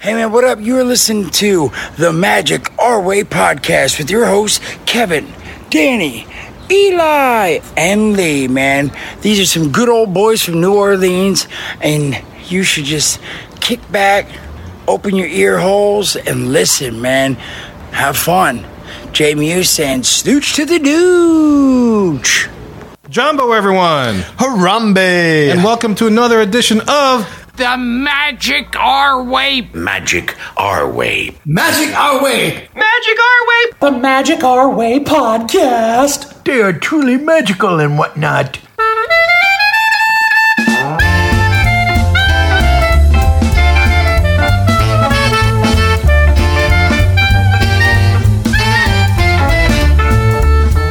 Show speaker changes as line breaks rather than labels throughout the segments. Hey man, what up? You're listening to the Magic Our Way podcast with your hosts, Kevin, Danny, Eli, and Lee, man. These are some good old boys from New Orleans, and you should just kick back, open your ear holes, and listen, man. Have fun. Jamie Hughes saying, Snooch to the Dooch.
Jumbo, everyone,
Harambe!
and welcome to another edition of
the magic our way.
magic our way.
Magic our way!
Magic our way.
The Magic Our Way podcast.
They are truly magical and whatnot.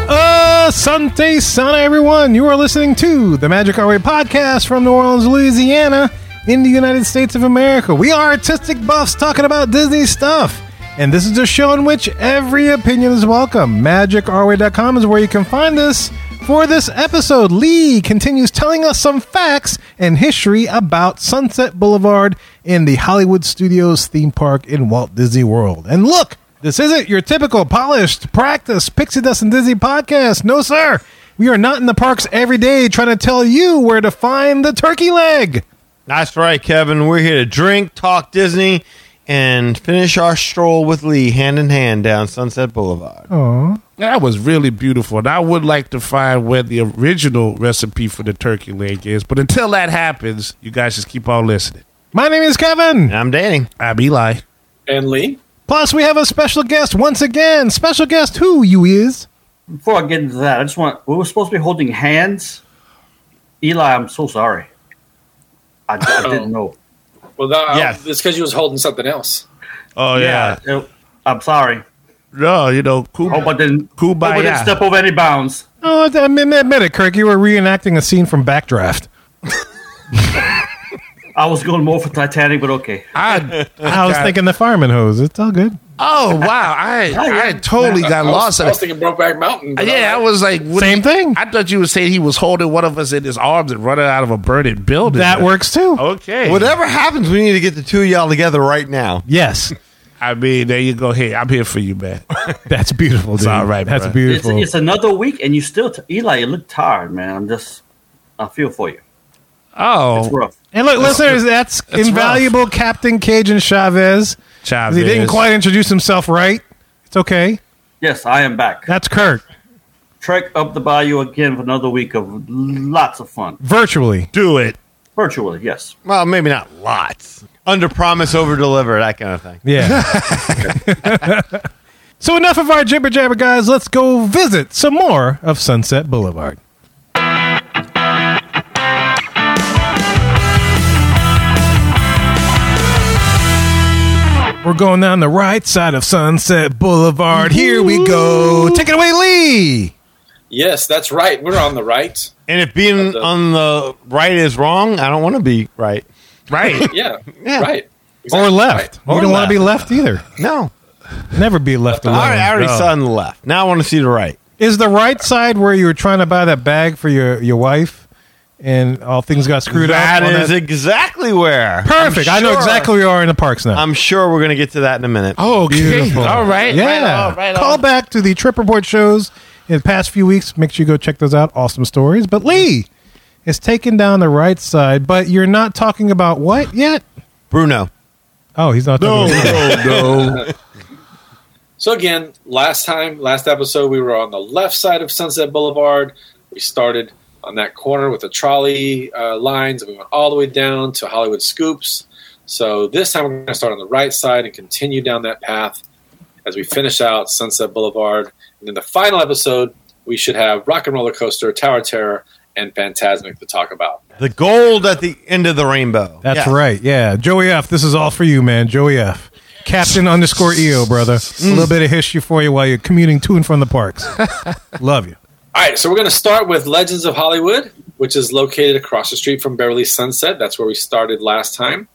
Asante Sana, everyone. You are listening to the Magic Our Way podcast from New Orleans, Louisiana, in the United States of America. We are artistic buffs talking about Disney stuff. And this is a show in which every opinion is welcome. MagicOurWay.com is where you can find us. For this episode, Lee continues telling us some facts and history about Sunset Boulevard in the Hollywood Studios theme park in Walt Disney World. And look, this isn't your typical polished practice pixie dust and Disney podcast. No, sir. We are not in the parks every day trying to tell you where to find the turkey leg.
That's right, Kevin. We're here to drink, talk Disney, and finish our stroll with Lee hand in hand down Sunset Boulevard.
That was really beautiful, and I would like to find where the original recipe for the turkey leg is. But until that happens, you guys just keep on listening.
My name is Kevin.
And I'm dating.
I'm Eli.
And Lee,
Plus, we have a special guest once again. Special guest who you is?
Before I get into that, I just want we were supposed to be holding hands. Eli, I'm so sorry. I, I didn't know.
well, that,
Yes.
it's because you was holding something else.
Oh yeah,
Uh, I'm sorry.
no, you know, cool.
Hope I didn't. Hope I didn't
Kubaya.
step over any bounds.
Oh, I admit admit it, Kirk. You were reenacting a scene from Backdraft.
I was going more for Titanic, but okay.
I,
I was thinking the fireman hose. It's all good.
oh wow, I I totally got
I was,
lost.
I was thinking Brokeback Mountain. but
yeah, I
all
was like, what-
Same thing.
I thought you were saying he was holding one of us in his arms and running out of a burning building.
That works too.
Okay.
Whatever happens, we need to get the two of y'all together right now.
Yes.
I mean, there you go. Hey, I'm here for you, man.
That's beautiful, dude.
all right,
That's
bro.
It's,
beautiful.
it's another week, and you still t- Eli. You look tired, man. I'm just. I feel for you. It's
Oh,
rough.
and look, listeners, that's,
rough.
invaluable Captain Cajun Chavez.
Chavez.
He didn't quite introduce himself right. It's okay.
Yes, I am back.
That's Kirk.
Trek up the bayou again for another week of lots of fun.
Virtually.
do it.
Virtually, yes.
Well, maybe not lots. Under promise, over deliver, that kind of thing.
Yeah. so enough of our jibber jabber, guys. Let's go visit some more of Sunset Boulevard. We're going down the right side of Sunset Boulevard. Here we go. Take it away, Lee.
Yes, that's right. We're on the right.
And if being on the right is wrong, I don't want to be right.
Right.
Yeah,
Yeah.
right.
Or
Exactly
left.
right.
We
Or
don't want
left.
to be left either.
No.
Never be left
All
alone.
right, I already
No.
saw on the left. Now I want to see the right.
Is the right side where you were trying to buy that bag for your, your wife and all things got screwed
That
up? on
is exactly where.
perfect.
I'm
I know
sure-
exactly where you are in the parks now.
I'm sure we're going to get to that in a minute.
Oh, okay.
Beautiful.
All right.
Yeah.
Right on, right
Call
on.
back to the Trip Report shows in the past few weeks. Make sure you go check those out. Awesome stories. But Lee is taken down the right side, but you're not talking about what yet?
Bruno.
Oh, he's not
No,
talking about
no, no.
So again, last time, last episode, we were on the left side of Sunset Boulevard. We started on that corner with the trolley uh, lines, and we went all the way down to Hollywood Scoops. So this time, we're going to start on the right side and continue down that path as we finish out Sunset Boulevard. And in the final episode, we should have Rock and Roller Coaster, Tower of Terror, and Fantasmic to talk about.
The gold at the end of the rainbow.
That's
Yeah.
right. Yeah. Joey F., this is all for you, man. Joey F. Captain underscore EO, brother. A little bit of history for you while you're commuting to and from the parks. Love you.
All right, so we're going to start with Legends of Hollywood, which is located across the street from Beverly Sunset. That's where we started last time.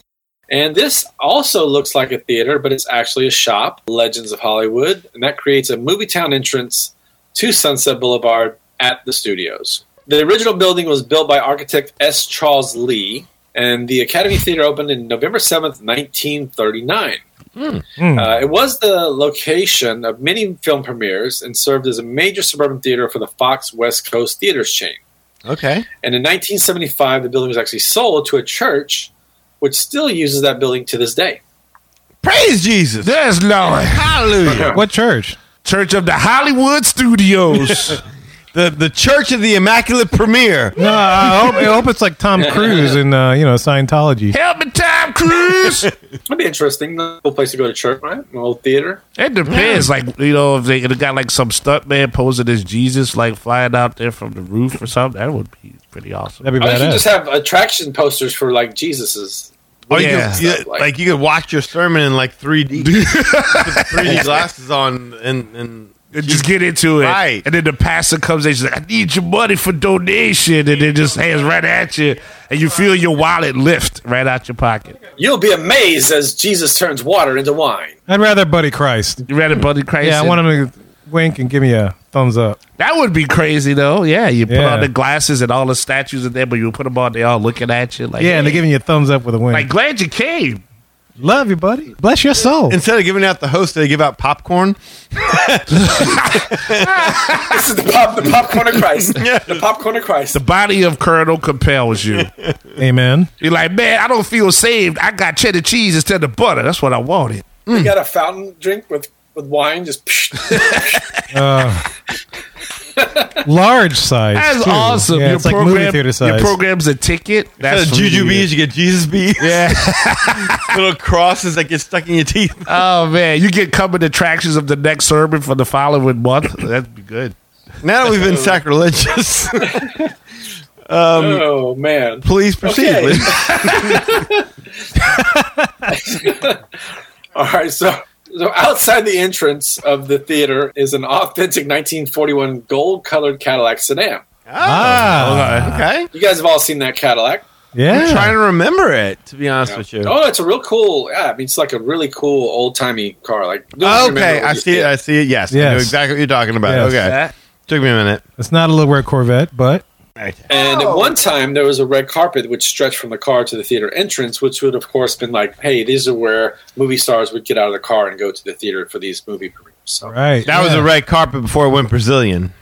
And this also looks like a theater, but it's actually a shop, Legends of Hollywood, and that creates a movie town entrance to Sunset Boulevard at the studios. The original building was built by architect S. Charles Lee, and the Academy Theater opened in November 7th, 1939. Uh, it was the location of many film premieres and served as a major suburban theater for the Fox West Coast Theaters chain.
Okay.
And in 1975, the building was actually sold to a church, which still uses that building to this day.
Praise Jesus.
There's Lord.
Hallelujah.
What church?
Church of the Hollywood Studios.
The the Church of the Immaculate Premier.
No, Uh, I hope, I hope it's like Tom Cruise in uh, you know Scientology.
Help me, Tom Cruise.
That'd be interesting. A cool place to go to church, right? An old theater.
It depends. Like you know, if they if it got like some stunt man posing as Jesus, like flying out there from the roof or something, that would be pretty awesome.
That'd be
I should just
badass.
have attraction posters for like Jesus's.
Or you
Yeah.
could- you- like, you could watch your sermon in like 3D. Put 3D glasses on and and
And just get into it,
Right.
And then the pastor comes in, she's like, "I need your money for donation," and then just hands right at you, and you feel your wallet lift right out your pocket.
You'll be amazed as Jesus turns water into wine.
I'd rather Buddy Christ.
You read it, Buddy Christ?
Yeah, I want him to wink and give me a thumbs up.
That would be crazy though. Yeah, you put
Yeah.
on the glasses and all the statues in there, but you put them on, they all looking at you like,
Yeah, and they're giving you a thumbs up with a wink.
like glad you came.
Love you, buddy. Bless your soul.
instead of giving out the host, they give out popcorn.
This is the, pop, the popcorn of Christ. The popcorn of Christ.
The body of Colonel compels you.
Amen.
You're like, man, I don't feel saved. I got cheddar cheese instead of butter. That's what I wanted.
You got a fountain drink with, with wine. Just
Large size.
That's
too.
awesome.
Yeah, it's like movie theater size.
Your program's a ticket.
Instead
That's
of Juju
free.
bees, you get Jesus bees.
Yeah.
Little crosses that get stuck in your teeth.
Oh man, you get coming attractions of the next sermon for the following month. That'd be good.
Now that we've been sacrilegious,
oh man.
please proceed.
Okay.
Liz.
All right, so so outside the entrance of the theater is an authentic 1941 gold-colored Cadillac sedan.
ah,
Okay.
You guys have all seen that Cadillac.
I'm trying
yeah.
to remember it, to be honest with you.
Oh, it's a real cool. Yeah, I mean, it's like a really cool old-timey car. Like you'll remember
Okay,
when
I
you
see it. I see it. Yes, I know
Yes.
exactly what you're talking about.
Yes.
Okay, took me a minute.
It's not a little red Corvette, but
And at one time, there was a red carpet which stretched from the car to the theater entrance, which would, of course, been like, hey, these are where movie stars would get out of the car and go to the theater for these movie premieres. So,
right.
That was a red carpet before it went Brazilian.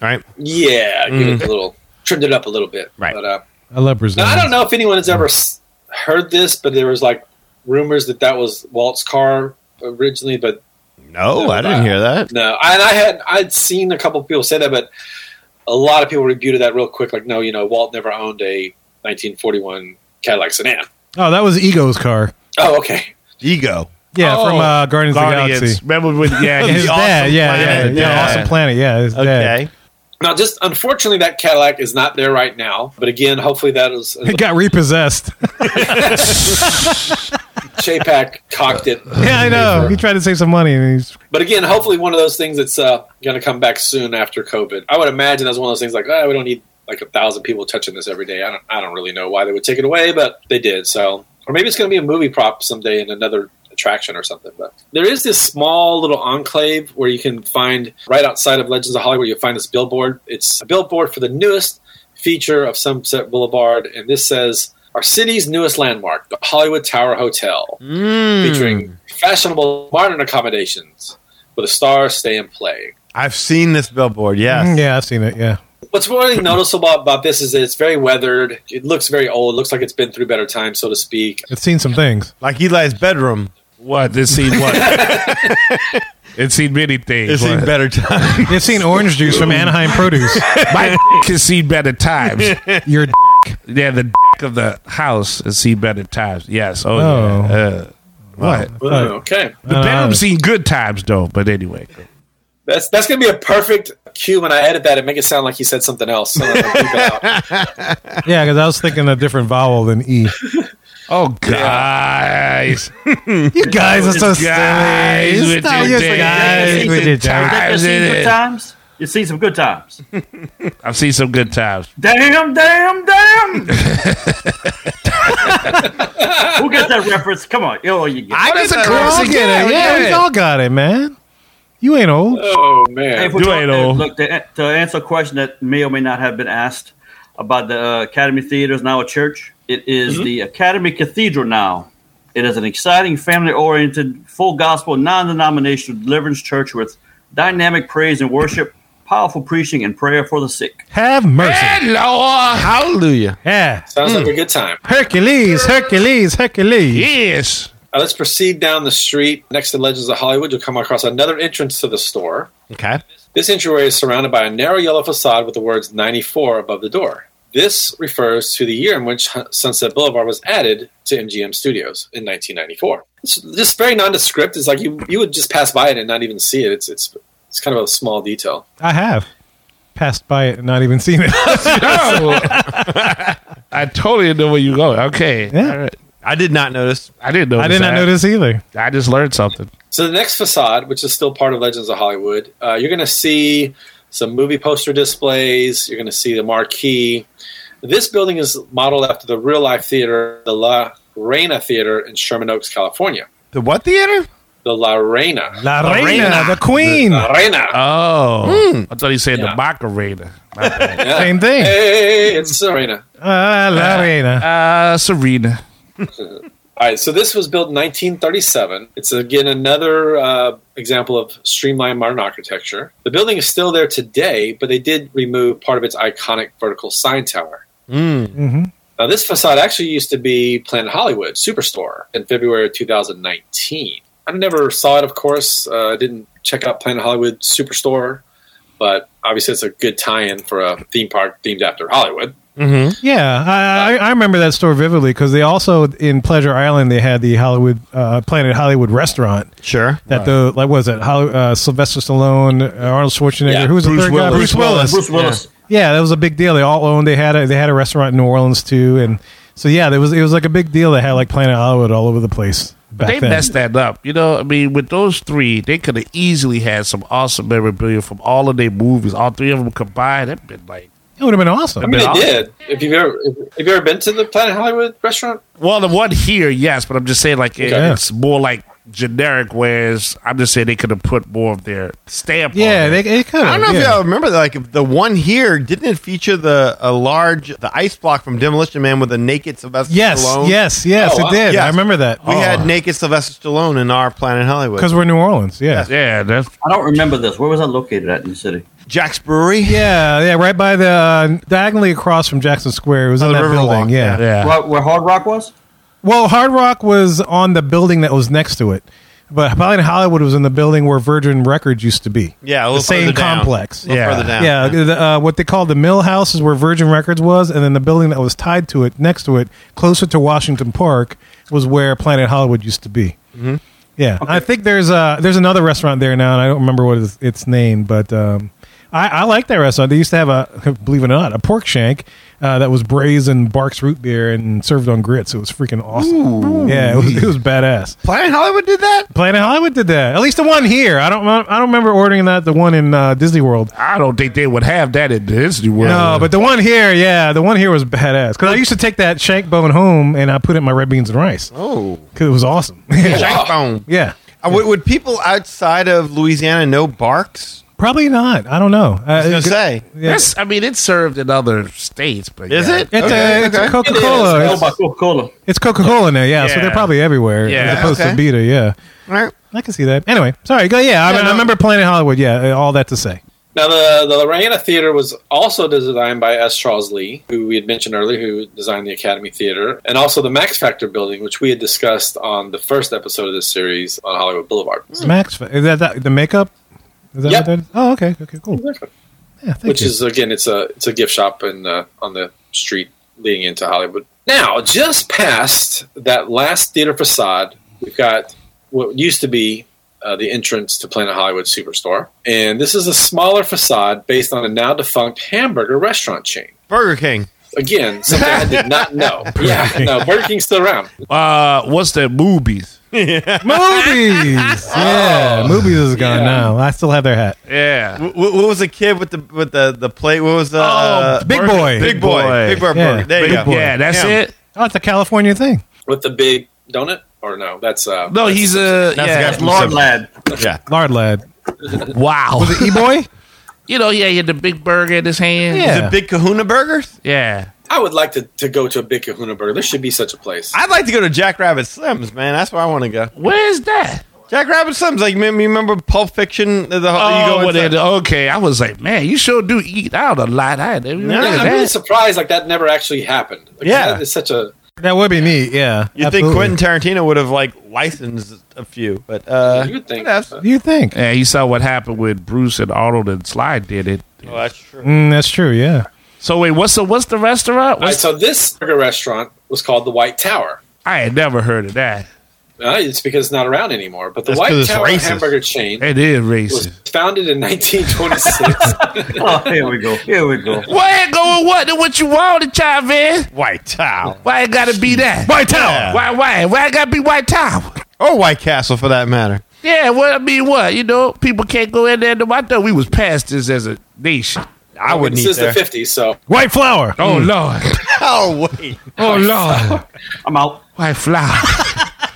All right.
yeah, give it a little, trimmed it up a little bit.
Mm. Right.
But, uh,
I love Brazil.
now, I don't know if anyone has ever s- heard this, but there was like rumors that that was Walt's car originally, but
No, I didn't hear that.
No, and I had I'd seen a couple of people say that, but a lot of people refuted that real quick. Like, no, you know, Walt never owned a 1941 Cadillac sedan.
Oh, that was Ego's car.
Oh, okay.
Ego.
Yeah,
Oh,
from uh, Guardians, of the
Guardians.
Galaxy.
Remember when? Yeah,
His
he's
dad,
awesome
yeah,
planet,
yeah, yeah,
yeah.
awesome planet, yeah, his dad.
Okay.
Now, just unfortunately, that Cadillac is not there right now. But again, hopefully, that is
It got repossessed.
JPAC cocked it.
yeah, I know. He tried to save some money, and he's
But again, hopefully, one of those things that's uh, going to come back soon after COVID. I would imagine that's one of those things like, ah, we don't need like a thousand people touching this every day. I don't, I don't really know why they would take it away, but they did. So, or maybe it's going to be a movie prop someday in another attraction or something. But there is this small little enclave where you can find right outside of Legends of Hollywood. You'll find this billboard. It's a billboard for the newest feature of Sunset Boulevard, and this says. Our city's newest landmark, the Hollywood Tower Hotel, featuring fashionable modern accommodations where the stars stay and play.
I've seen this billboard. Yes.
Mm-hmm. Mm, yeah, I've seen it. Yeah,
What's really noticeable about this is that it's very weathered. It looks very old. It looks like it's been through better times, so to speak.
it's seen some things.
Like Eli's bedroom.
what? It's seen what? it's seen many things.
It's in
What?
better time.
It's seen orange juice from Anaheim Produce.
My has seen better times.
Your d-
yeah, the of the house has seen better times. Yes. Oh,
Oh.
yeah. Uh, what?
Ooh, okay.
The bedroom's seen good times though. But anyway,
That's that's going to be a perfect cue when I edit that and make it sound like he said something else. So I'm gonna keep it out.
yeah, because I was thinking a different vowel than e.
oh guys,
You guys are so
Guys
silly.
with
Stop
your
your
days.
guys with your
Time.
jokes.
I
You
was
see
in it.
good times? You see some good times.
I've seen some good times.
damn, damn, damn. Who got that reference? Come on. Oh, you get it.
I get the
We all
classic.
get it. Yeah, we all got it, man. You ain't old.
Oh
Hey,
man,
if we're
Do
talking-
it oh. all.
Look, to, to answer a question that may or may not have been asked about the uh, Academy Theater is now a church. It is
Mm-hmm.
the Academy Cathedral now. It is an exciting, family oriented, full gospel, non denominational deliverance church with dynamic praise and worship, powerful preaching, and prayer for the sick.
Have mercy.
Hallelujah.
Yeah.
Sounds like a good time.
Hercules, Hercules, Hercules.
Yes.
Uh, let's proceed down the street next to Legends of Hollywood. You'll come across another entrance to the store.
Okay.
This entryway is surrounded by a narrow yellow facade with the words 94 above the door. This refers to the year in which Hun- Sunset Boulevard was added to MGM Studios in 1994. It's just very nondescript. It's like you, you would just pass by it and not even see it. It's, it's, it's kind of a small detail.
I have passed by it and not even seen it.
I totally know where you go. Okay.
Yeah.
All right.
I did not notice.
I didn't notice.
I did not
that.
notice either.
I just learned something.
So the next facade, which is still part of Legends of Hollywood, uh, you're going to see some movie poster displays. You're going to see the marquee. This building is modeled after the real life theater, the La Reina Theater in Sherman Oaks, California.
The what theater?
The La Reina. uh,
La Uh, Reina, the Queen.
La Reina.
Oh. I thought he said
Yeah.
the Macarena. My bad.
Yeah.
Same thing.
Hey, it's Serena.
Ah, La Reina.
uh, Serena.
All right, so this was built in 1937. It's again another uh, example of streamlined modern architecture. The building is still there today, but they did remove part of its iconic vertical sign tower. Now, this facade actually used to be Planet Hollywood Superstore in February of 2019. I never saw it, of course. Uh, I didn't check out Planet Hollywood Superstore, but obviously it's a good tie-in for a theme park themed after Hollywood.
Yeah, I, I, I remember that store vividly because they also in Pleasure Island they had the Hollywood uh, Planet Hollywood restaurant
Sure.
that the like was it Holly, uh, Sylvester Stallone, uh, Arnold Schwarzenegger,
Yeah,
who was
Bruce
the third guy?
Willis.
Bruce Willis.
Bruce Willis.
Yeah, that was a big deal. They all owned. They had a, they had a restaurant in New Orleans too, and so yeah, there was it was like a big deal. They had like Planet Hollywood all over the place back
They
then.
messed that up. You know, I mean, with those three, they could have easily had some awesome memorabilia from all of their movies. All three of them combined. That'd been like.
It would have been awesome.
I mean,
Yeah.
they did. If you've ever, if, have you ever been to the Planet Hollywood restaurant?
Well, the one here, yes, but I'm just saying, like, it-
Yeah.
it's more like generic, whereas I'm just saying they could have put more of their stamp
yeah,
on it.
they, it could.
I don't know
yeah.
if y'all remember, like the one here didn't it feature the a large the ice block from Demolition Man with a naked Sylvester
Yes,
Stallone.
yes, Oh. yes,
Oh,
it did.
yes.
I remember that.
we had naked Sylvester Stallone in our Planet Hollywood
because we're New Orleans. Yeah.
Yeah, that's
I don't remember this. Where was that located at in the city?
Jack's Brewery.
Yeah, yeah, right by the uh, diagonally across from Jackson Square. It was
Oh,
in
the
that
Riverwalk,
building. Yeah.
yeah.
Where, where Hard Rock was?
Well, Hard Rock was on the building that was next to it, but Planet Hollywood was in the building where Virgin Records used to be.
Yeah, a
the
little
same
further down.
complex.
A little further down.
Yeah, the, uh, what they called the Mill House is where Virgin Records was, and then the building that was tied to it, next to it, closer to Washington Park, was where Planet Hollywood used to be. Mm-hmm. Yeah, I think there's uh there's another restaurant there now, and I don't remember what is, its name, but um, I, I like that restaurant. They used to have a believe it or not a pork shank. Uh, that was braised in Barks root beer and served on grits. It was freaking awesome. Yeah, it was, it was badass.
Planet Hollywood did that.
Planet Hollywood did that. At least the one here. I don't. I don't remember ordering that. The one in uh, Disney World.
I don't think they would have that in Disney World.
No, but the one here, yeah, the one here was badass. Because I used to take that shank bone home and I put it in my red beans and rice.
Oh,
Because it was awesome.
Jack Bone.
yeah.
Uh, Would, would people outside of Louisiana know Barks?
Probably not. I don't know. Uh,
I was gonna say.
yeah.
That's- I mean, it's served in other states, but
Is
yeah.
it?
It's,
Okay,
a, it's
okay.
a Coca
It
Cola.
is.
Oh,
It's,
by Coca Cola.
Coca Cola now, yeah, So
Yeah.
they're probably everywhere
Yeah.
as opposed
Okay.
to Beta. Yeah,
All right.
I can see that. Anyway, sorry. Go. Yeah, I, mean, I remember Planet Hollywood. Yeah, uh, all that to say.
Now, the, the Lorraine Theater was also designed by S. Charles Lee, who we had mentioned earlier, who designed the Academy Theater, and also the Max Factor building, which we had discussed on the first episode of this series on Hollywood Boulevard.
Max, is that, that the makeup? Is that
Yeah.
what that is? Oh, okay. Okay, cool. Yeah, thank
which
you.
is again it's a it's a gift shop in uh, on the street leading into Hollywood. Now, just past that last theater facade, we've got what used to be uh, the entrance to Planet Hollywood Superstore, and this is a smaller facade based on a now defunct hamburger restaurant chain.
Burger King.
Again, something I did not know. Yeah, no, Burger King's still around.
Uh, what's that movies?
movies. Yeah, movies is gone
Yeah.
now. I still have their hat.
Yeah.
What, what was the kid with the with the the plate? What was the uh,
Big
Burger-
Boy.
big boy? Big boy.
Yeah.
Burger. There you
Big
go.
Boy. Yeah, that's
Him.
it.
Oh, it's a California thing.
With the big donut, or no? That's uh,
No, he's a
That's the guy
yeah.
from
Lord
Seven.
Lad.
Yeah.
Lard lad.
Wow.
E boy?
you know, yeah, he had the big burger in his hand.
Yeah.
Is it Big Kahuna Burgers?
Yeah.
I would like to, to go to a Big Kahuna Burger. There should be such a place.
I'd like to go to Jackrabbit Slim's, man. That's where I want to go.
Where's that?
Jackrabbit Slim's, like you remember Pulp Fiction? The, the,
Oh,
you go
well,
inside-
then, okay. I was like, man, you sure do eat out a lot. I didn't
Yeah,
realize
I'm really
that.
surprised like that never actually happened. Like,
Yeah.
that is such a
That would be neat. Yeah.
You'd
absolutely.
think Quentin Tarantino would have like licensed a few, but uh,
You would think.
that's-
You think?
Yeah, you saw what happened with Bruce and Arnold and Sly did it.
Oh, that's true.
Mm, that's true. Yeah.
So wait, what's the what's the restaurant?
All right,
What's-
so this burger restaurant was called the White Tower.
I had never heard of that.
Uh, it's because it's not around anymore. But the
That's 'cause
White
it's
Tower
racist.
hamburger chain
It is
was
racist.
founded in 1926.
Oh, here we go. Here we go.
What going what? What you wanted, Chavez?
White Tower
Why it gotta be that? White
Tower.
Why why? Why it gotta be White Tower?
or White Castle for that matter.
Yeah, well I mean what? You know, people can't go in there to I thought we was past this as a nation.
I wouldn't
this
eat
is the
there.
50s, so
White flower.
Oh Lord.
Oh wait,
Oh Lord.
I'm out.
White flower.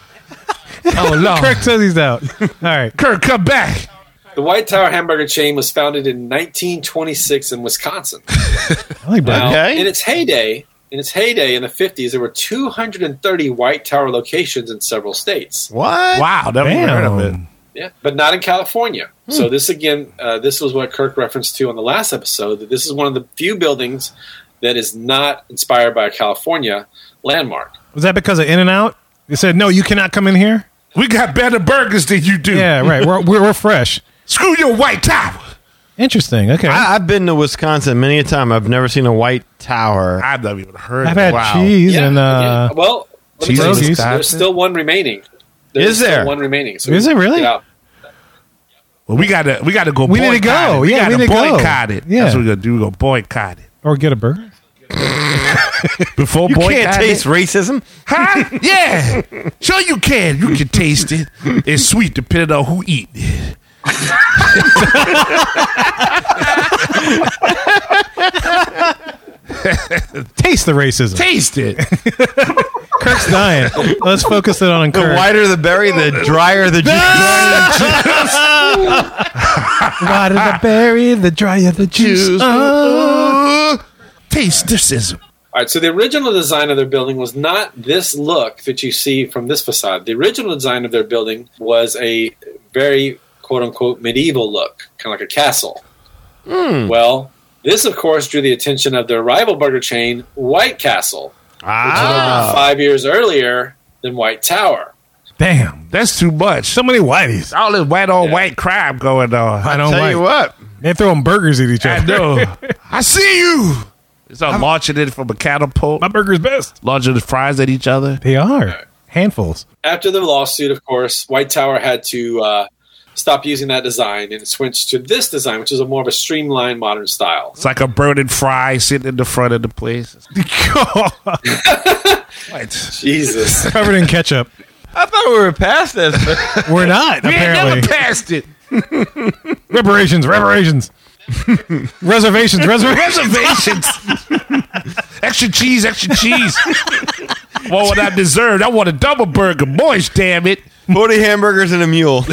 oh Lord.
Kirk says he's out. All right.
Kirk, come back.
the White Tower hamburger chain was founded in 1926 in Wisconsin.
I like that.
Now,
Okay.
in its heyday, in its heyday in the 50s, there were 230 White Tower locations in several states.
what?
Wow, never heard of it.
Damn.
Yeah, but not in California.
Hmm.
So this again, uh, this was what Kirk referenced to on the last episode. That this is one of the few buildings that is not inspired by a California landmark.
Was that because of In and Out? They said no, you cannot come in here.
We got better burgers than you do.
Yeah. Right. We're we're, we're fresh.
Screw your white tower.
Interesting. Okay. I,
I, I've been to Wisconsin many a time. I've never seen a White Tower.
I've never even heard
have
of it.
had
Wow.
cheese and
yeah.
uh,
well, let me
cheese
tell you,
and
there's
stuff.
still one remaining. There's
Is
still
there?
one remaining? So
Is
we-
it really?
Yeah.
Well, we gotta we gotta go.
We need to
boycott
go.
It. We
Yeah,
gotta
we need to go.
boycott it.
Yeah.
That's what we gonna do. We gonna boycott it
or get a burger.
before
You
boycott.
can't taste
it.
racism.
huh? Yeah, sure you can. You can taste it. It's sweet depending on who eat it.
Taste the racism.
Taste it.
Kirk's dying. Let's focus it on
The
Kirk.
whiter the berry, the drier the juice.
Water the berry, the drier the juice.
Uh, taste this is
All right. So the original design of their building was not this look that you see from this facade. The original design of their building was a very "quote unquote" medieval look, kind of like a castle. Well, this of course drew the attention of their rival burger chain, White Castle.
Ah,
five years earlier than White Tower.
damn. That's too much. So many whiteys. All this white on white crime going on. I
tell
don't
you
like.
what,
They're throwing burgers at each
I
other.
know. I see you. It's all launching it from a catapult.
My burger's best.
Launching the fries at each other.
They are. Handfuls.
After the lawsuit, of course, White Tower had to uh, stop using that design and switch to this design, which is a more of a streamlined modern style.
It's like a burning fry sitting in the front of the place. what?
Jesus.
Covered in ketchup.
I thought we were past this. but-
We're not,
We ain't
apparently.
never passed it.
reparations, reparations. reservations, reservations.
Reservations. extra cheese, extra cheese. what would I deserve? I want a double burger, boys, damn it.
Forty hamburgers and a mule.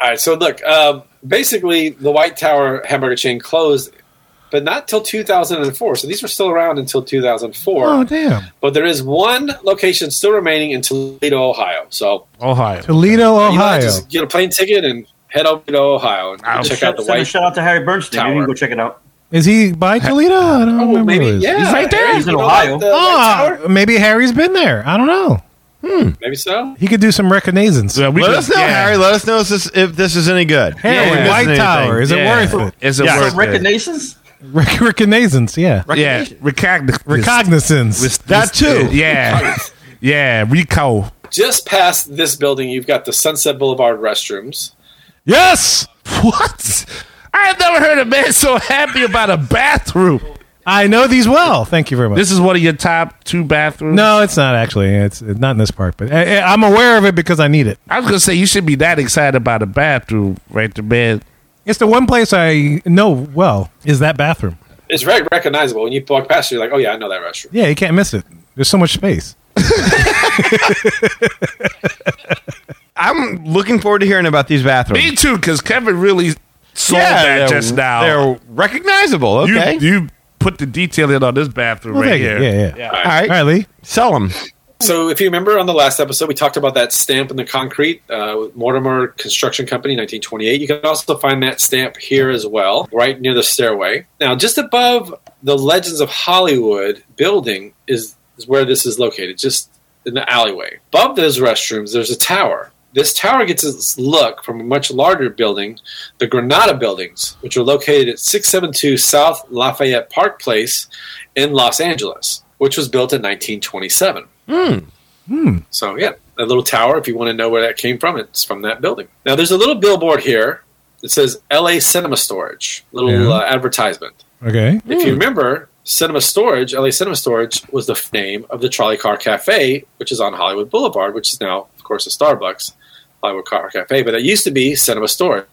All right, so look, um, basically, the White Tower hamburger chain closed, but not till 2004. So these were still around until 2004.
Oh, damn.
But there is one location still remaining in Toledo, Ohio. So
Ohio.
Toledo,
you know,
Ohio.
just get a plane ticket and head over to Ohio and
I'll
check
Shout-
out the
send a
White
shout out to Harry Bernstein. You
Tower.
can go check it out.
Is he by Toledo? I don't
Oh,
remember.
maybe
who he is.
yeah.
He's right there.
He's in
You know,
Ohio.
like the White Tower?
Oh, maybe Harry's been there. I don't know.
Maybe so.
He could do some reconnaissance.
Yeah, we
Let
could-
us know,
yeah.
Harry. Let us know if this, if this is any good.
Harry,
If we're missing
White
anything.
Tower. Is
Yeah.
it worth it?
Is it
Yeah.
worth it?
Recognitions?
Rec- reconnaissance, yeah.
Yeah, recognition.
Recognizance.
That too.
Yeah, yeah, Rico.
Just past this building, you've got the Sunset Boulevard restrooms.
Yes. What? I have never heard a man so happy about a bathroom.
I know these well. Thank you very much.
This is one of your top two bathrooms.
no, it's not actually. It's, it's not in this part, but I, I- I'm aware of it because I need it.
I was gonna say you should be that excited about a bathroom, right there, man.
It's the one place I know well is that bathroom.
It's very recognizable. When you walk past it, you're like, oh, yeah, I know that restroom.
Yeah, you can't miss it. There's so much space.
I'm looking forward to hearing about these bathrooms.
Me too, because Kevin really sold that
they're-
just now.
They're recognizable.
You,
Okay.
you put the detail in on this bathroom
We'll
right
take
here.
it. Yeah, yeah.
All
All
right.
right, Lee.
Sell them.
So, if you remember on the last episode, we talked about that stamp in the concrete uh, with Mortimer Construction Company, 1928. You can also find that stamp here as well, right near the stairway. Now, just above the Legends of Hollywood building is, is where this is located, just in the alleyway. Above those restrooms, there's a tower. This tower gets its look from a much larger building, the Granada buildings, which are located at 672 South Lafayette Park Place in Los Angeles, which was built in 1927. So yeah, that little tower. If you want to know where that came from, it's from that building. Now there's a little billboard here that says "L.A. Cinema Storage." Little
Yeah.
uh, advertisement.
Okay.
If you remember, Cinema Storage, L.A. Cinema Storage, was the f- name of the Trolley Car Cafe, which is on Hollywood Boulevard, which is now, of course, a Starbucks, Hollywood Car Cafe. But it used to be Cinema Storage,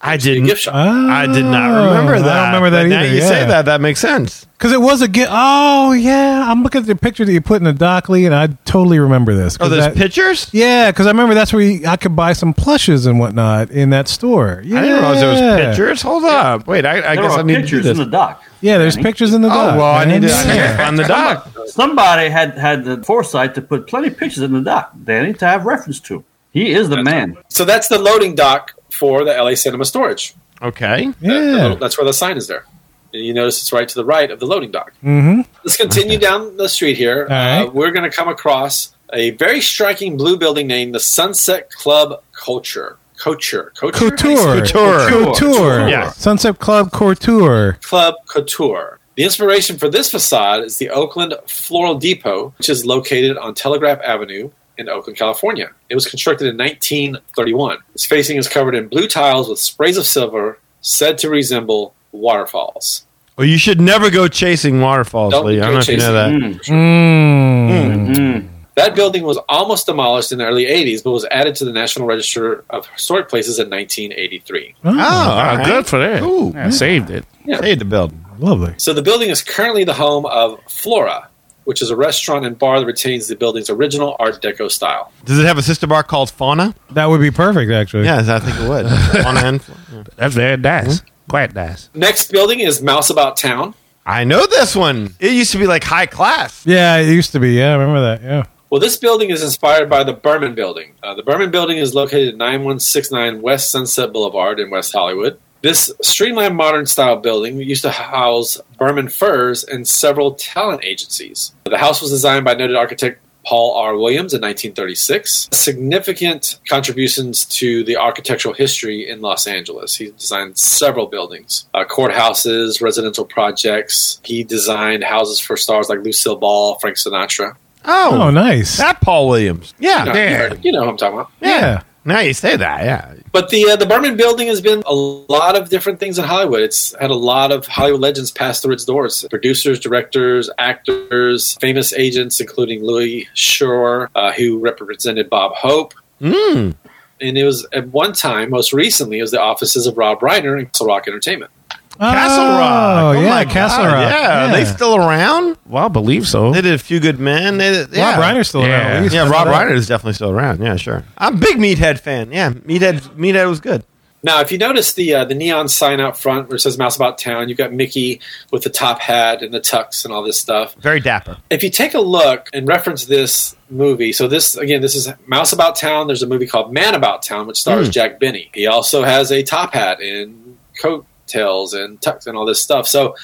I
a
didn't.
gift shop.
I did not remember
Oh,
that.
I don't remember that
but Now
either,
you say
yeah.
that, that makes sense.
Because it was a gift. Oh, yeah. I'm looking at the picture that you put in the dock, Lee, and I totally remember this.
Oh,
'Cause
there's
that-
pictures.
Yeah, because I remember that's where you, I could buy some plushes and whatnot in that store. Yeah.
I didn't realize there was pictures. Hold up. Wait, I, I
There
guess I
are
need to do
pictures
this.
in the dock.
Yeah, there's
Danny.
pictures in the dock.
oh well, I
man.
need to I need to
Yeah.
find the
Ah.
doc.
Somebody had had the foresight to put plenty of pictures in the dock, Danny, to have reference to. He is the man.
So that's the loading dock for the L.A. Cinema Storage.
Okay.
That- the
Yeah.
little- that's where the sign is there. And you notice it's right to the right of the loading dock.
Mm-hmm.
Let's continue down the street here.
right.
Uh, we're going to come across a very striking blue building named the Sunset Club Culture. Culture. Culture.
Couture.
Couture.
Couture.
Yeah.
Sunset Club Couture.
Club Couture. The inspiration for this facade is the Oakland Floral Depot, which is located on Telegraph Avenue in Oakland, California. It was constructed in 1931. Its facing is covered in blue tiles with sprays of silver said to resemble waterfalls.
Well, you should never go chasing waterfalls,
Don't
Lee. I
go
don't know if you know
chasing
that.
Mm.
Mm.
That building was almost demolished in the early 80s, but was added to the National Register of Historic Places in 1983.
Oh,
Ah, good for that.
Ooh.
Yeah, saved it.
Paid the building.
Lovely.
So the building is currently the home of Flora, which is a restaurant and bar that retains the building's original Art Deco style.
Does it have a sister bar called Fauna?
That would be perfect, actually.
Yes, I think it would. Fauna and Fla-
That's very nice.
Mm-hmm.
Quite nice.
Next building is Mouseabout Town.
I know this one. It used to be like high class.
Yeah, it used to be. Yeah, I remember that. Yeah.
Well, this building is inspired by the Berman Building. Uh, the Berman Building is located at 9169 West Sunset Boulevard in West Hollywood. This streamlined modern style building used to house Berman Furs and several talent agencies. The house was designed by noted architect Paul R. Williams in 1936. Significant contributions to the architectural history in Los Angeles. He designed several buildings, uh, courthouses, residential projects. He designed houses for stars like Lucille Ball, Frank Sinatra.
Oh,
Oh, nice.
that Paul Williams. Yeah,
You know, you heard- you know who I'm talking about.
yeah.
Now you say that. Yeah.
But the uh, the Berman Building has been a lot of different things in Hollywood. It's had a lot of Hollywood legends pass through its doors: producers, directors, actors, famous agents, including Louis Shore, uh, who represented Bob Hope. And it was at one time, most recently, it was the offices of Rob Reiner and Castle Rock Entertainment.
Castle Rock.
Oh, yeah,
my
Castle
God.
Rock.
Yeah. Are they still around?
Well, I believe so.
Uh,
They did a few good men. They did, yeah.
Rob Reiner's still around.
Yeah.
at least.
Yeah, Rob
I know that.
Reiner is definitely still around. Yeah, sure. I'm a big Meathead fan. Yeah, Meathead Meathead was good.
Now, if you notice the uh, the neon sign out front where it says "Mouse About Town," you've got Mickey with the top hat and the tux and all this stuff.
Very dapper.
if you take a look and reference this movie, so this again, this is Mouse About Town. There's a movie called Man About Town, which
Hmm.
stars Jack Benny. He also has a top hat and coattails and tux and all this stuff. So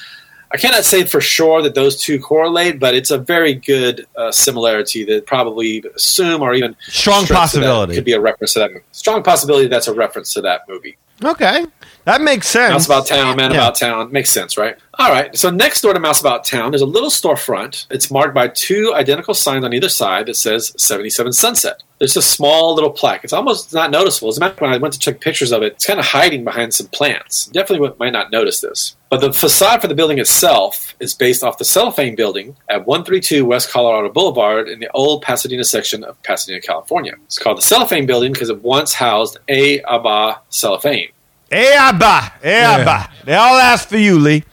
I cannot say for sure that those two correlate, but it's a very good uh, similarity that probably assume or even
Strong
stretch that
possibility.
could be a reference to that. Movie. Strong possibility that's a reference to that movie.
Okay, that makes sense.
Mouse About Town, Man
Yeah.
About Town. Makes sense, right? All right. So next door to Mouse About Town, there's a little storefront. It's marked by two identical signs on either side that says 77 Sunset. There's a small little plaque. It's almost not noticeable. As a matter of fact, when I went to check pictures of it, it's kind of hiding behind some plants. Definitely might not notice this. But the facade for the building itself is based off the Cellophane Building at 132 West Colorado Boulevard in the old Pasadena section of Pasadena, California. It's called the Cellophane Building because it once housed A. Abba Cellophane.
Hey, Abba. Hey, Abba. They all asked for you, Lee.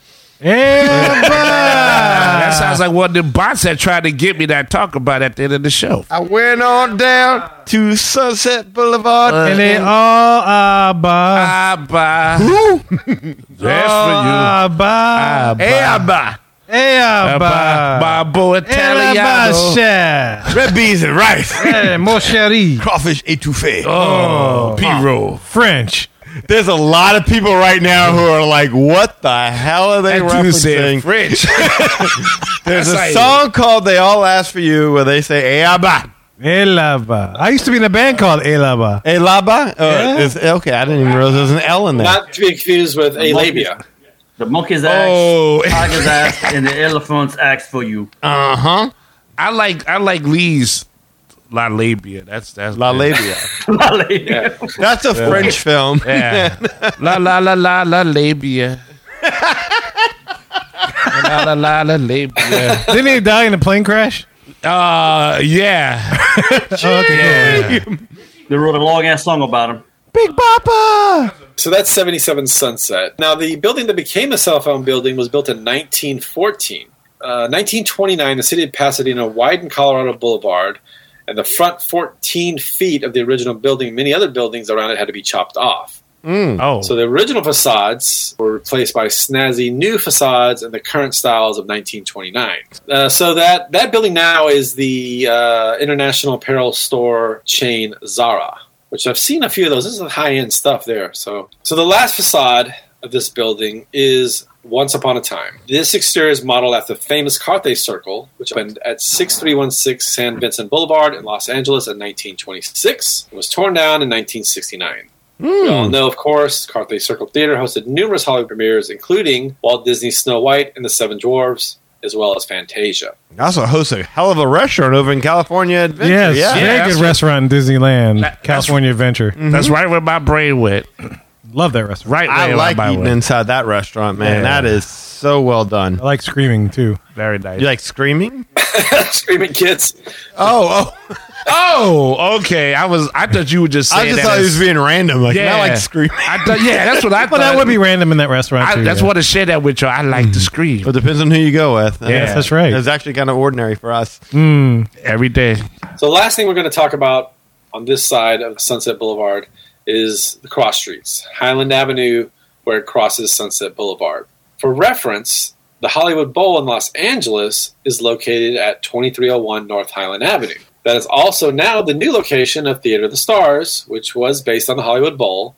that sounds like one of them bots that tried to get me that talk about at the end of the show.
I went on down to Sunset Boulevard.
And they all uh, bye.
Abba. That's for you.
Uh, bye.
Abba.
Hey, uh,
Ba-
ba-
Babbo
Hey,
Italiano.
cher.
Red beans and rice.
Hey, mon chéri.
Crawfish etouffee.
Oh, P roll.
French.
There's a lot of people right now who are like, what the hell are they
That dude
referencing?
said French.
There's
That's how
a
you-
song called They All Ask For You where they say, Eh, abba.
Elaba. I used to be in a band called Elaba.
Eh, laba? Oh,
Yeah.
is- okay, I didn't even realize there's an L in there.
Not to be confused with a labia.
The monkey's axe,
oh,
tiger's axe, and the elephant's axe for you.
uh huh.
I like I like Lee's La Labia. That's that's
La labia.
Yeah.
That's a French film.
Yeah. la la la la la labia. la la la la labia.
Didn't he die in a plane crash?
Uh yeah.
Oh, okay, cool.
They wrote a long ass song about him.
Big Papa.
So that's 77 Sunset. Now, the building that became a cell phone building was built in 1914. Uh, 1929, the city of Pasadena widened Colorado Boulevard, and the front 14 feet of the original building, many other buildings around it, had to be chopped off.
Mm.
Oh.
So the original facades were replaced by snazzy new facades and the current styles of 1929. Uh, so that that building now is the uh, international apparel store chain Zara, which I've seen a few of those. This is high end stuff there. So so the last facade of this building is once upon a time. This exterior is modeled after the famous Carthay Circle, which opened at 6316 San Vincent Boulevard in Los Angeles in 1926. It was torn down in 1969. We all know, of course, Carthay Circle Theater hosted numerous Hollywood premieres, including Walt Disney's Snow White and the Seven Dwarfs, as well as Fantasia.
Also hosts a hell of a restaurant over in California Adventure.
Yes,
yeah.
very
that's
good
right.
restaurant in Disneyland,
That- that's-
California Adventure.
That's right where my brain went.
Love that restaurant.
Right
I
where
like
my
eating
brain went.
inside that restaurant, man.
Yeah.
That is so well done.
I like screaming too.
Very nice.
You like screaming?
Screaming Kids.
Oh, oh.
Oh, okay. I was I thought you were just
I
saying
just
that
thought he
as-
was being random. Like,
Yeah.
I like screaming.
I thought yeah, that's what I thought.
Well, that would be random in that restaurant.
I
too,
that's
yeah.
what I shared that with you. I like
Mm-hmm.
to scream
Well, it depends on who you go with. I mean,
Yeah.
That's right.
It's actually kind of ordinary for us.
every day.
So, the last thing we're going to talk about on this side of Sunset Boulevard is the cross streets, Highland Avenue, where it crosses Sunset Boulevard. For reference, the Hollywood Bowl in Los Angeles is located at 2301 North Highland Avenue. That is also now the new location of Theater of the Stars, which was based on the Hollywood Bowl,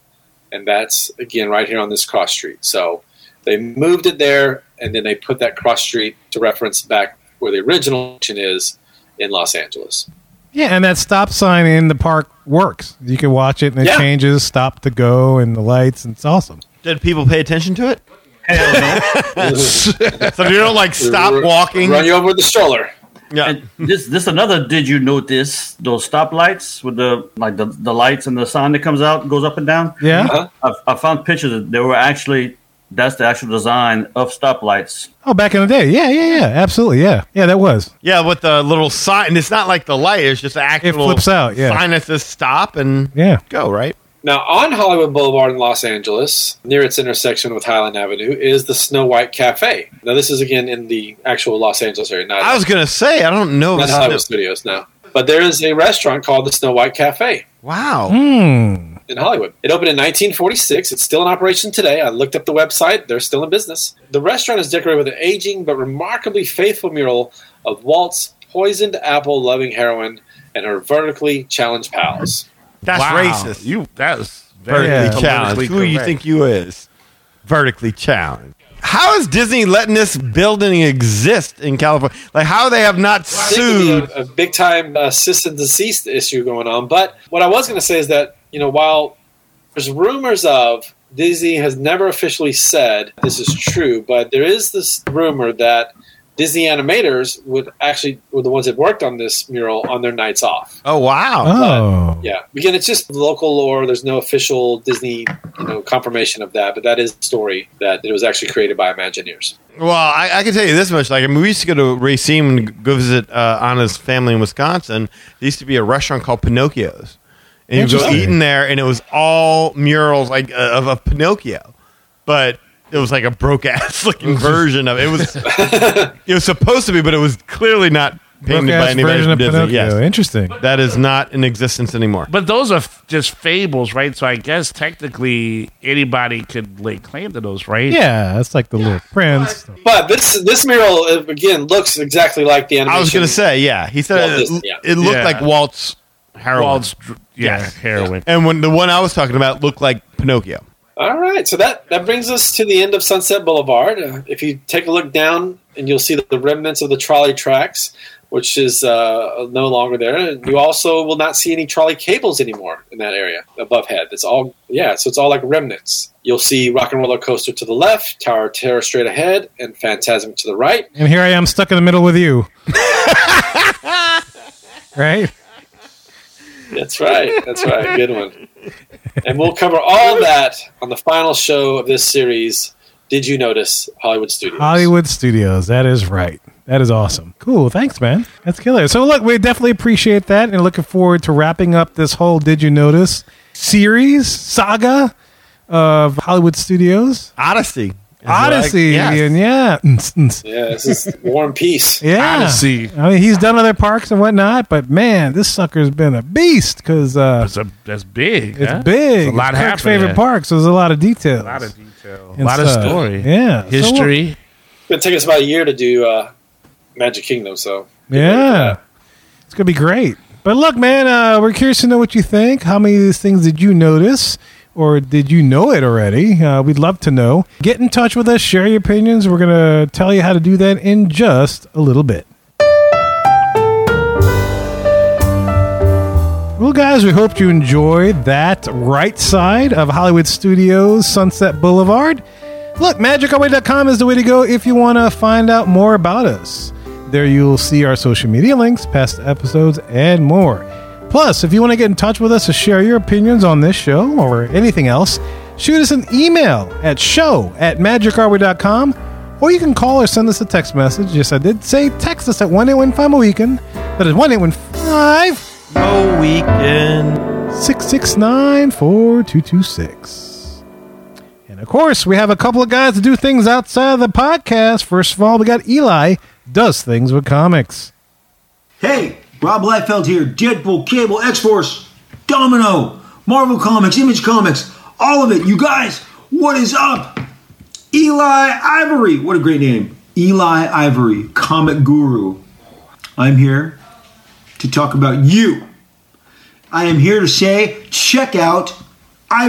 and that's again right here on this cross street. So they moved it there, and then they put that cross street to reference back where the original location is in Los Angeles.
Yeah, and that stop sign in the park works. You can watch it and it
Yeah.
changes stop to go and the lights, and it's awesome.
Did people pay attention to it?
Hell no.
So you don't like stop walking.
Run you over with the stroller.
Yeah.
And this this another did you notice those stoplights with the like the, the lights and the sign that comes out goes up and down?
Yeah.
Uh-huh.
I, I found pictures that they were actually that's the actual design of stoplights.
Oh, back in the day. Yeah, yeah, yeah. Absolutely. Yeah. Yeah, that was.
Yeah, with the little sign. It's not like the light, it's just an actual
flips out, yeah.
sign that says stop and
Yeah.
go, right?
Now, on Hollywood Boulevard in Los Angeles, near its intersection with Highland Avenue, is the Snow White Cafe. Now, this is again in the actual Los Angeles area, not,
I was going to say, I don't know.
not
if
Hollywood
it's-
Studios now. But there is a restaurant called the Snow White Cafe
Wow.
Hmm.
in Hollywood. It opened in 1946. It's still in operation today. I looked up the website, they're still in business. The restaurant is decorated with an aging but remarkably faithful mural of Walt's poisoned apple loving heroine and her vertically challenged pals.
That's
wow.
racist.
You that's very
Yeah.
vertically challenged. Who
politically
you
correct.
think you is? Vertically challenged. How is Disney letting this building exist in California? Like, how they have not
I think there'll be
sued?
A, a big time uh, system deceased issue going on. But what I was going to say is that you know while there's rumors of Disney has never officially said this is true, but there is this rumor that Disney animators would actually were the ones that worked on this mural on their nights off.
Oh wow!
Oh.
Yeah, again, it's just local lore. There's no official Disney you know confirmation of that, but that is the story that it was actually created by Imagineers.
Well, I, I can tell you this much. Like, I mean, we used to go to Racine and go visit uh, Anna's family in Wisconsin. There used to be a restaurant called Pinocchio's, and you go
Interesting.
eating there, and it was all murals like uh, of a Pinocchio, but it was like a broke ass looking version of it. it was. it was supposed to be, but it was clearly not painted
Broke-ass
by anybody
version
from
of
Disney.
Pinocchio.
Yes.
Interesting.
That is not in existence anymore.
But those are f- just fables, right? So I guess technically anybody could lay claim to those, right?
Yeah, that's like the little prince.
But this this mural uh, again looks exactly like the animation.
I was going to say, yeah. He said
Walt
it,
Disney, yeah.
it looked
Yeah.
like Walt's heroin.
Walt's, dr- yeah,
Yes.
heroin.
And when the one I was talking about looked like Pinocchio.
All right, so that that brings us to the end of Sunset Boulevard. Uh, if you take a look down, and you'll see the, the remnants of the trolley tracks, which is uh, no longer there. And you also will not see any trolley cables anymore in that area above head. It's all yeah, so it's all like remnants. You'll see Rock and Roller Coaster to the left, Tower of Terror straight ahead, and Phantasm to the right.
And here I am stuck in the middle with you. right?
That's right. That's right. Good one. And we'll cover all that on the final show of this series. Did you notice Hollywood Studios?
Hollywood Studios. That is right. That is awesome. Cool. Thanks, man. That's killer. So, look, we definitely appreciate that and looking forward to wrapping up this whole Did You Notice series, saga of Hollywood Studios.
Odyssey. Is
Odyssey.
what I- yes.
And yeah. Mm, mm.
Yeah, this is War and Peace.
Yeah.
Odyssey.
I mean, he's done other parks and whatnot, but man, this sucker's been a beast because uh,
That's, a, that's big.
it's
huh?
big.
It's a lot
It's Kirk's
happening.
favorite parks. There's a lot of details.
A lot of detail. A
And
lot of
so-
story.
uh, Yeah. So,
History.
It's going to take us about a year to do uh, Magic Kingdom, so.
Yeah. It's going to be great. But look, man, uh, we're curious to know what you think. How many of these things did you notice? Or did you know it already? Uh, we'd love to know. Get in touch with us, share your opinions. We're going to tell you how to do that in just a little bit. Well, guys, we hope you enjoyed that right side of Hollywood Studios, Sunset Boulevard. Look, magicarway.com is the way to go if you want to find out more about us. There you'll see our social media links, past episodes, and more. Plus, if you want to get in touch with us to share your opinions on this show or anything else, shoot us an email at show at magicarway.com or you can call or send us a text message. Yes, I did say text us at 1815 weekend. That is 1815
No weekend.
669 4226. And of course, we have a couple of guys to do things outside of the podcast. First of all, we got Eli does things with comics.
Hey, Rob Liefeld here. Deadpool, Cable, X Force, Domino, Marvel Comics, Image Comics, all of it. You guys, what is up? Eli Ivory. What a great name. Eli Ivory, comic guru. I'm here to talk about you. I am here to say check out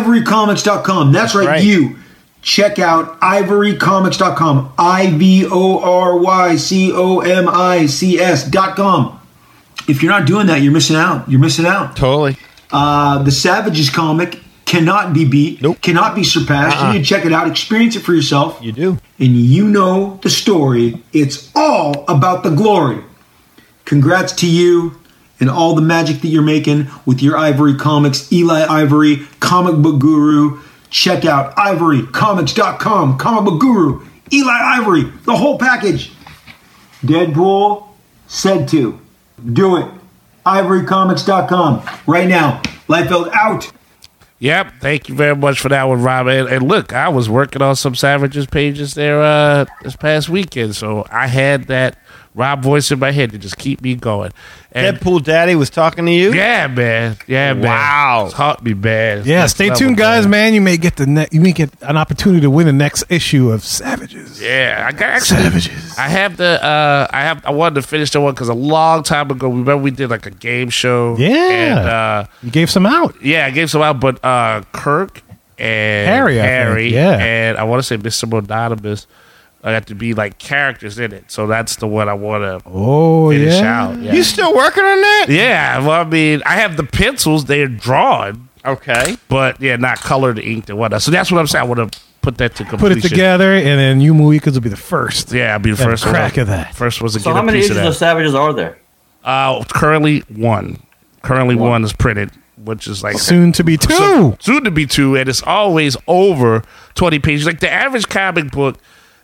ivorycomics.com. That's right,
right.
you. Check out ivorycomics.com. I V O R Y C O M I C S.com. If you're not doing that, you're missing out. You're missing out.
Totally.
Uh, the Savages comic cannot be beat,
Nope. Uh-uh.
cannot be surpassed. You need to check it out, experience it for yourself,
You do.
and you know the story. It's all about the glory. Congrats to you and all the magic that you're making with your Ivory Comics, Eli Ivory, comic book guru. Check out ivorycomics.com, comic book guru, Eli Ivory, the whole package. Deadpool said to. Do it. Ivorycomics.com right now. Liefeld out.
Yep. Thank you very much for that one, Rob. And, and look, I was working on some Savages pages there uh, this past weekend, so I had that Rob voice in my head to just keep me going. And
Deadpool Daddy was talking to you.
yeah, man. Yeah, man.
Wow.
It's hurt me bad.
Yeah,
Next
stay
level,
tuned, guys. Man, you may get the ne- you may get an opportunity to win the next issue of Savages.
Yeah, I got actually.
Savages.
I have the. Uh, I have. I wanted to finish the one because a long time ago, remember we did like a game show.
Yeah.
and, uh,
You gave some out.
yeah, I gave some out, but uh, Kirk and
Harry, I think,
Harry,
yeah.
and I want to say Mr. Mononymous. I got to be like characters in it, so that's the one I want to
Oh
finish
yeah.
out. Yeah.
You still working on that?
yeah, well, I mean, I have the pencils; they're drawn,
Okay.
but yeah, not colored inked and whatnot. So that's what I'm saying. I want to put that to completion.
Put it together, and then you Muikas will be the first.
Yeah, I'll be the
Got a
first
crack
one.
of that.
First was to
So
get
how
a
many
piece
issues
of
of
that.
Savages are there?
Uh, currently one. Currently one. is printed, which is like
Soon to be two.
so- soon to be two, and it's always over twenty pages. Like the average comic book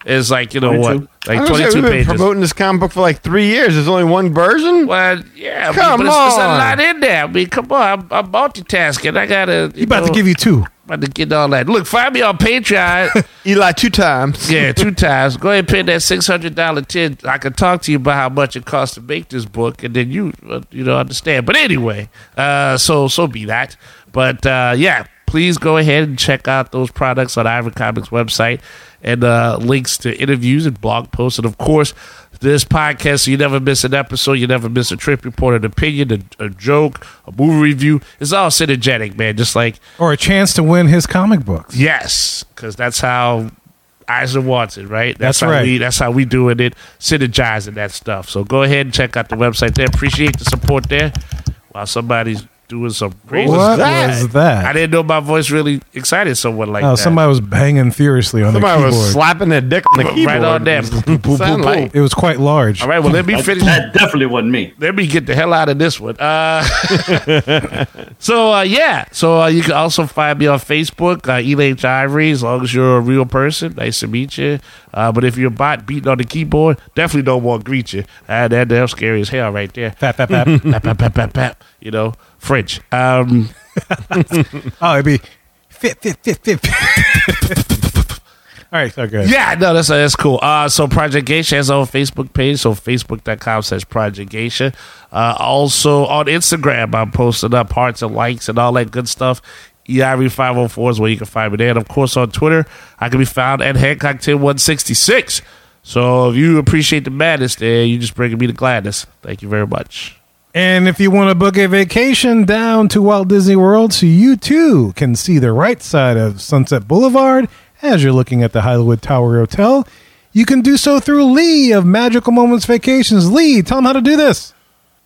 is like you know what,
I was gonna
like twenty
say,
two
we've been
pages.
promoting this comic book for like three years. There's only one version.
Well, yeah, I mean,
Come
but it's, it's a
on.
lot in there. I mean, come on, I'm, I'm multitasking. I gotta.
He about to give you two.
About to get all that. Look, find me on Patreon.
Eli, two times.
yeah, two times. Go ahead and pay that six hundred dollar tin. I can talk to you about how much it costs to make this book, and then you uh, you know understand. But anyway, uh, so so be that. But uh, yeah, please go ahead and check out those products on Ivory Comics website, and uh, links to interviews and blog posts, and of course this podcast so you never miss an episode, you never miss a trip report, an opinion, a, a joke, a movie review. It's all synergetic, man. Just like
Or a chance to win his comic books.
Yes, because that's how Eisner wants it, right? That's,
That's
how
right.
We, that's how we doing it, synergizing that stuff. So go ahead and check out the website there. Appreciate the support there. While somebody's doing some crazy
What was
stuff.
that?
I didn't know my voice really excited someone like
oh,
that.
somebody was banging furiously on
Somebody
the keyboard.
was slapping their dick on the
Right
keyboard.
on there. Boop, boop,
Sound
boop,
like-
it was quite large.
All right, well let me
That,
finish.
that definitely wasn't me.
let me get the hell out of this one. Uh, so uh, yeah, so uh, you can also find me on Facebook, uh, Elaine Ivory. As long as you're a real person, nice to meet you. Uh, but if you're a bot beating on the keyboard, definitely don't want to greet you. Uh, that that's scary as hell right there.
Pap, pap, pap.
Pap, pap, pap, pap, pap. You know, French. Um,
oh, it'd be fit, fit, fit, fit. fit. All right, so good.
Yeah, no, that's that's cool. Uh, so Project Geisha has our Facebook page, so facebook.com slash Project Geisha. Uh, also on Instagram, I'm posting up hearts and likes and all that good stuff. E EIRE504 is where you can find me there. And of course on Twitter, I can be found at Hancock10166. So if you appreciate the madness there, you just bringing me the gladness. Thank you very much.
And if you want to book a vacation down to Walt Disney World so you too can see the right side of Sunset Boulevard as you're looking at the Hollywood Tower Hotel, you can do so through Lee of Magical Moments Vacations. Lee, tell him how to do this.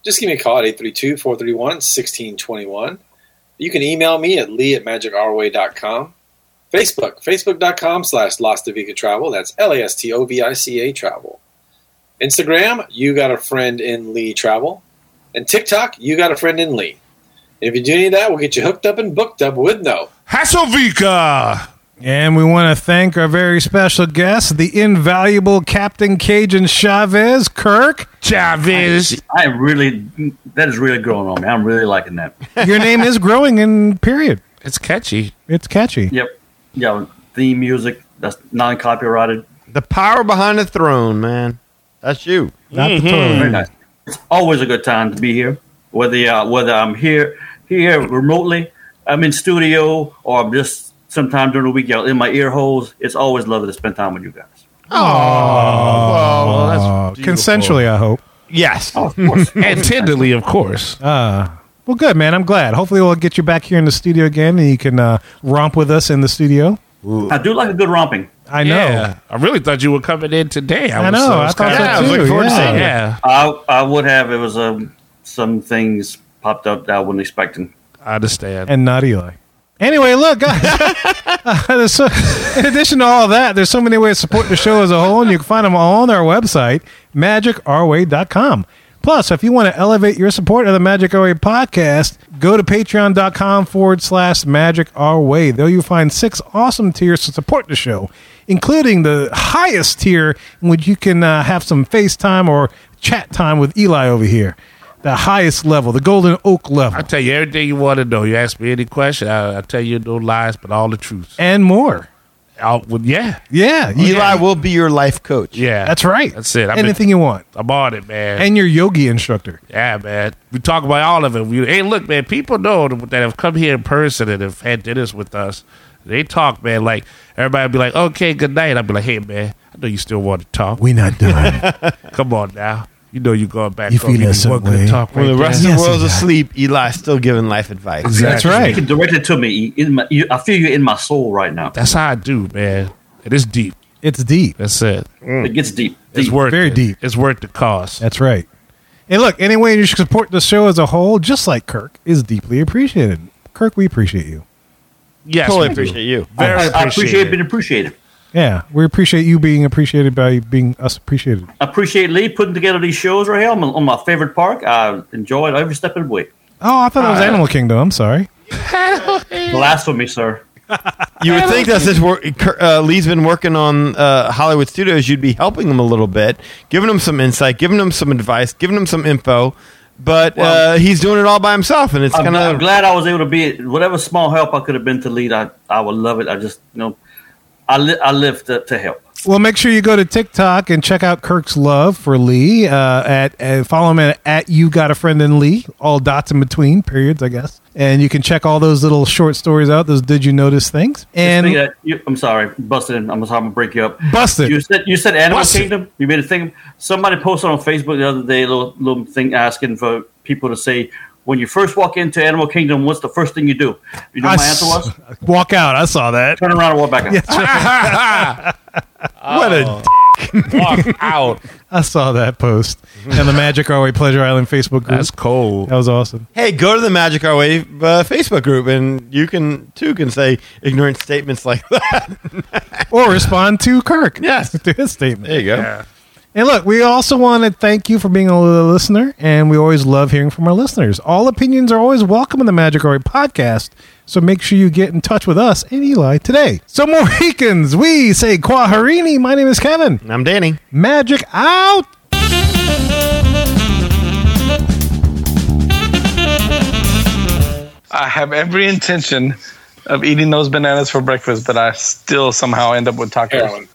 Just give me a call at 832 431 1621. You can email me at lee at magicourway.com. Facebook, facebook.com slash Las Tavica Travel. That's L A S T O V I C A Travel. Instagram, you got a friend in Lee Travel. And TikTok, you got a friend in Lee. And if you do any of that, we'll get you hooked up and booked up with no.
Hasselvika!
And we want to thank our very special guest, the invaluable Captain Cajun Chavez Kirk.
Chavez.
I am really that is really growing on me. I'm really liking that.
Your name is growing in period.
It's catchy.
It's catchy.
Yep. Yeah. Theme music that's non copyrighted.
The power behind the throne, man. That's you.
Not the toilet.
Mm-hmm. Very nice. It's always a good time to be here. Whether uh, whether I'm here here remotely, I'm in studio, or I'm just sometime during the week out in my ear holes. It's always lovely to spend time with you guys.
Oh,
Uh, consensually, I hope.
yes.
Oh, of course.
And tenderly, of course.
Well, good, man. I'm glad. Hopefully, we'll get you back here in the studio again and you can uh, romp with us in the studio.
I do like a good romping.
I know.
Yeah. I really thought you were coming in today.
I
was- uh,
know. I
was
thought
kinda-
so
Yeah, I was looking
too,
forward to
yeah.
seeing you.
Yeah,
I I would have. It was um, some things popped up that I wasn't expecting.
I understand.
And not Eli. Anyway, look, guys. uh, there's so, in addition to all that, there's so many ways to support the show as a whole, and you can find them all on our website, magicourway.com. Plus, if you want to elevate your support of the Magic Our Way podcast, go to patreon.com forward slash magic our way. There you'll find six awesome tiers to support the show, including the highest tier in which you can uh, have some FaceTime or chat time with Eli over here. The highest level, the Golden Oak level.
I tell you everything you want to know. You ask me any question, I, I tell you no lies, but all the truth.
and more.
I'll, well, yeah,
Yeah, you-
Eli will be your life coach.
yeah,
That's right.
That's it. I've been-
Anything you want,
I'm on it, man.
and your yogi instructor.
yeah, man. We talk about all of it. We, hey, look, man. People know that have come here in person and have had dinners with us. They talk, man. Like everybody be like, "Okay, good night." I'd be like, "Hey, man, I know you still want to talk.
We not done.
Come on now. You know you're going back.
You
gonna
feel
give
us
me one
that
good
way.
Talk
When
right
the
there.
rest of
Yes,
the world's
Eli.
asleep, Eli's still giving life advice.
That's right.
You can direct it to me. In my, you, I feel you in my soul right now.
That's how I do, man. It is deep.
It's deep.
That's it.
It gets deep.
It's
deep.
worth
Very
it.
deep.
It's worth the cost.
That's right. And look, any way you should support the show as a whole, just like Kirk, is deeply appreciated. Kirk, we appreciate you.
Yes,
Totally
we do.
appreciate you.
Very
I appreciate
appreciate
being appreciated.
Yeah, we appreciate you being appreciated by being us appreciated.
I appreciate Lee putting together these shows right here. I'm on my favorite park. I enjoyed every step of the way.
Oh, I thought it was Animal Kingdom. I'm sorry.
Blasphemy, sir.
You would think that since we're, uh, Lee's been working on uh, Hollywood Studios, you'd be helping him a little bit, giving him some insight, giving him some advice, giving him some info. but uh, he's doing it all by himself, and it's
I'm,
kind
I'm
of
glad I was able to be whatever small help I could have been to lead. I, I would love it. I just you know, I li- I live to, to help.
Well, make sure you go to TikTok and check out Kirk's love for Lee. Uh, at uh, follow him at, at you got a friend in Lee, all dots in between periods, I guess. And you can check all those little short stories out. Those did you notice things? And
Speaking of that, you, I'm sorry, busted. in. I'm sorry, I'm gonna break you up.
Busted.
You said you said Animal
Busted.
Kingdom. You made a thing. Somebody posted on Facebook the other day a little little thing asking for people to say when you first walk into Animal Kingdom, what's the first thing you do? You know
I
what my answer was
s- walk out. I saw that.
turn around and walk back out.
what a
Walk out.
I saw that post and the Magic Our Way Pleasure Island Facebook group.
That's cold.
that was awesome.
hey, go to the Magic Our Way uh, Facebook group, and you can too can say ignorant statements like that.
Or respond to Kirk.
Yes.
to his statement.
There you go.
And look, we also want to thank you for being a little listener, and we always love hearing from our listeners. All opinions are always welcome in the Magic Ori podcast, so make sure you get in touch with us and Eli today. So, Mohicans, we say Quaharini. My name is Kevin.
And I'm Danny.
Magic out!
I have every intention of eating those bananas for breakfast, but I still somehow end up with tacos.
Heroin.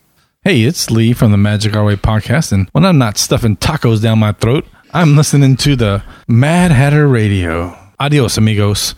Hey, it's Lee from the Magic Our Way podcast, and when I'm not stuffing tacos down my throat, I'm listening to the Mad Hatter Radio. Adios, amigos.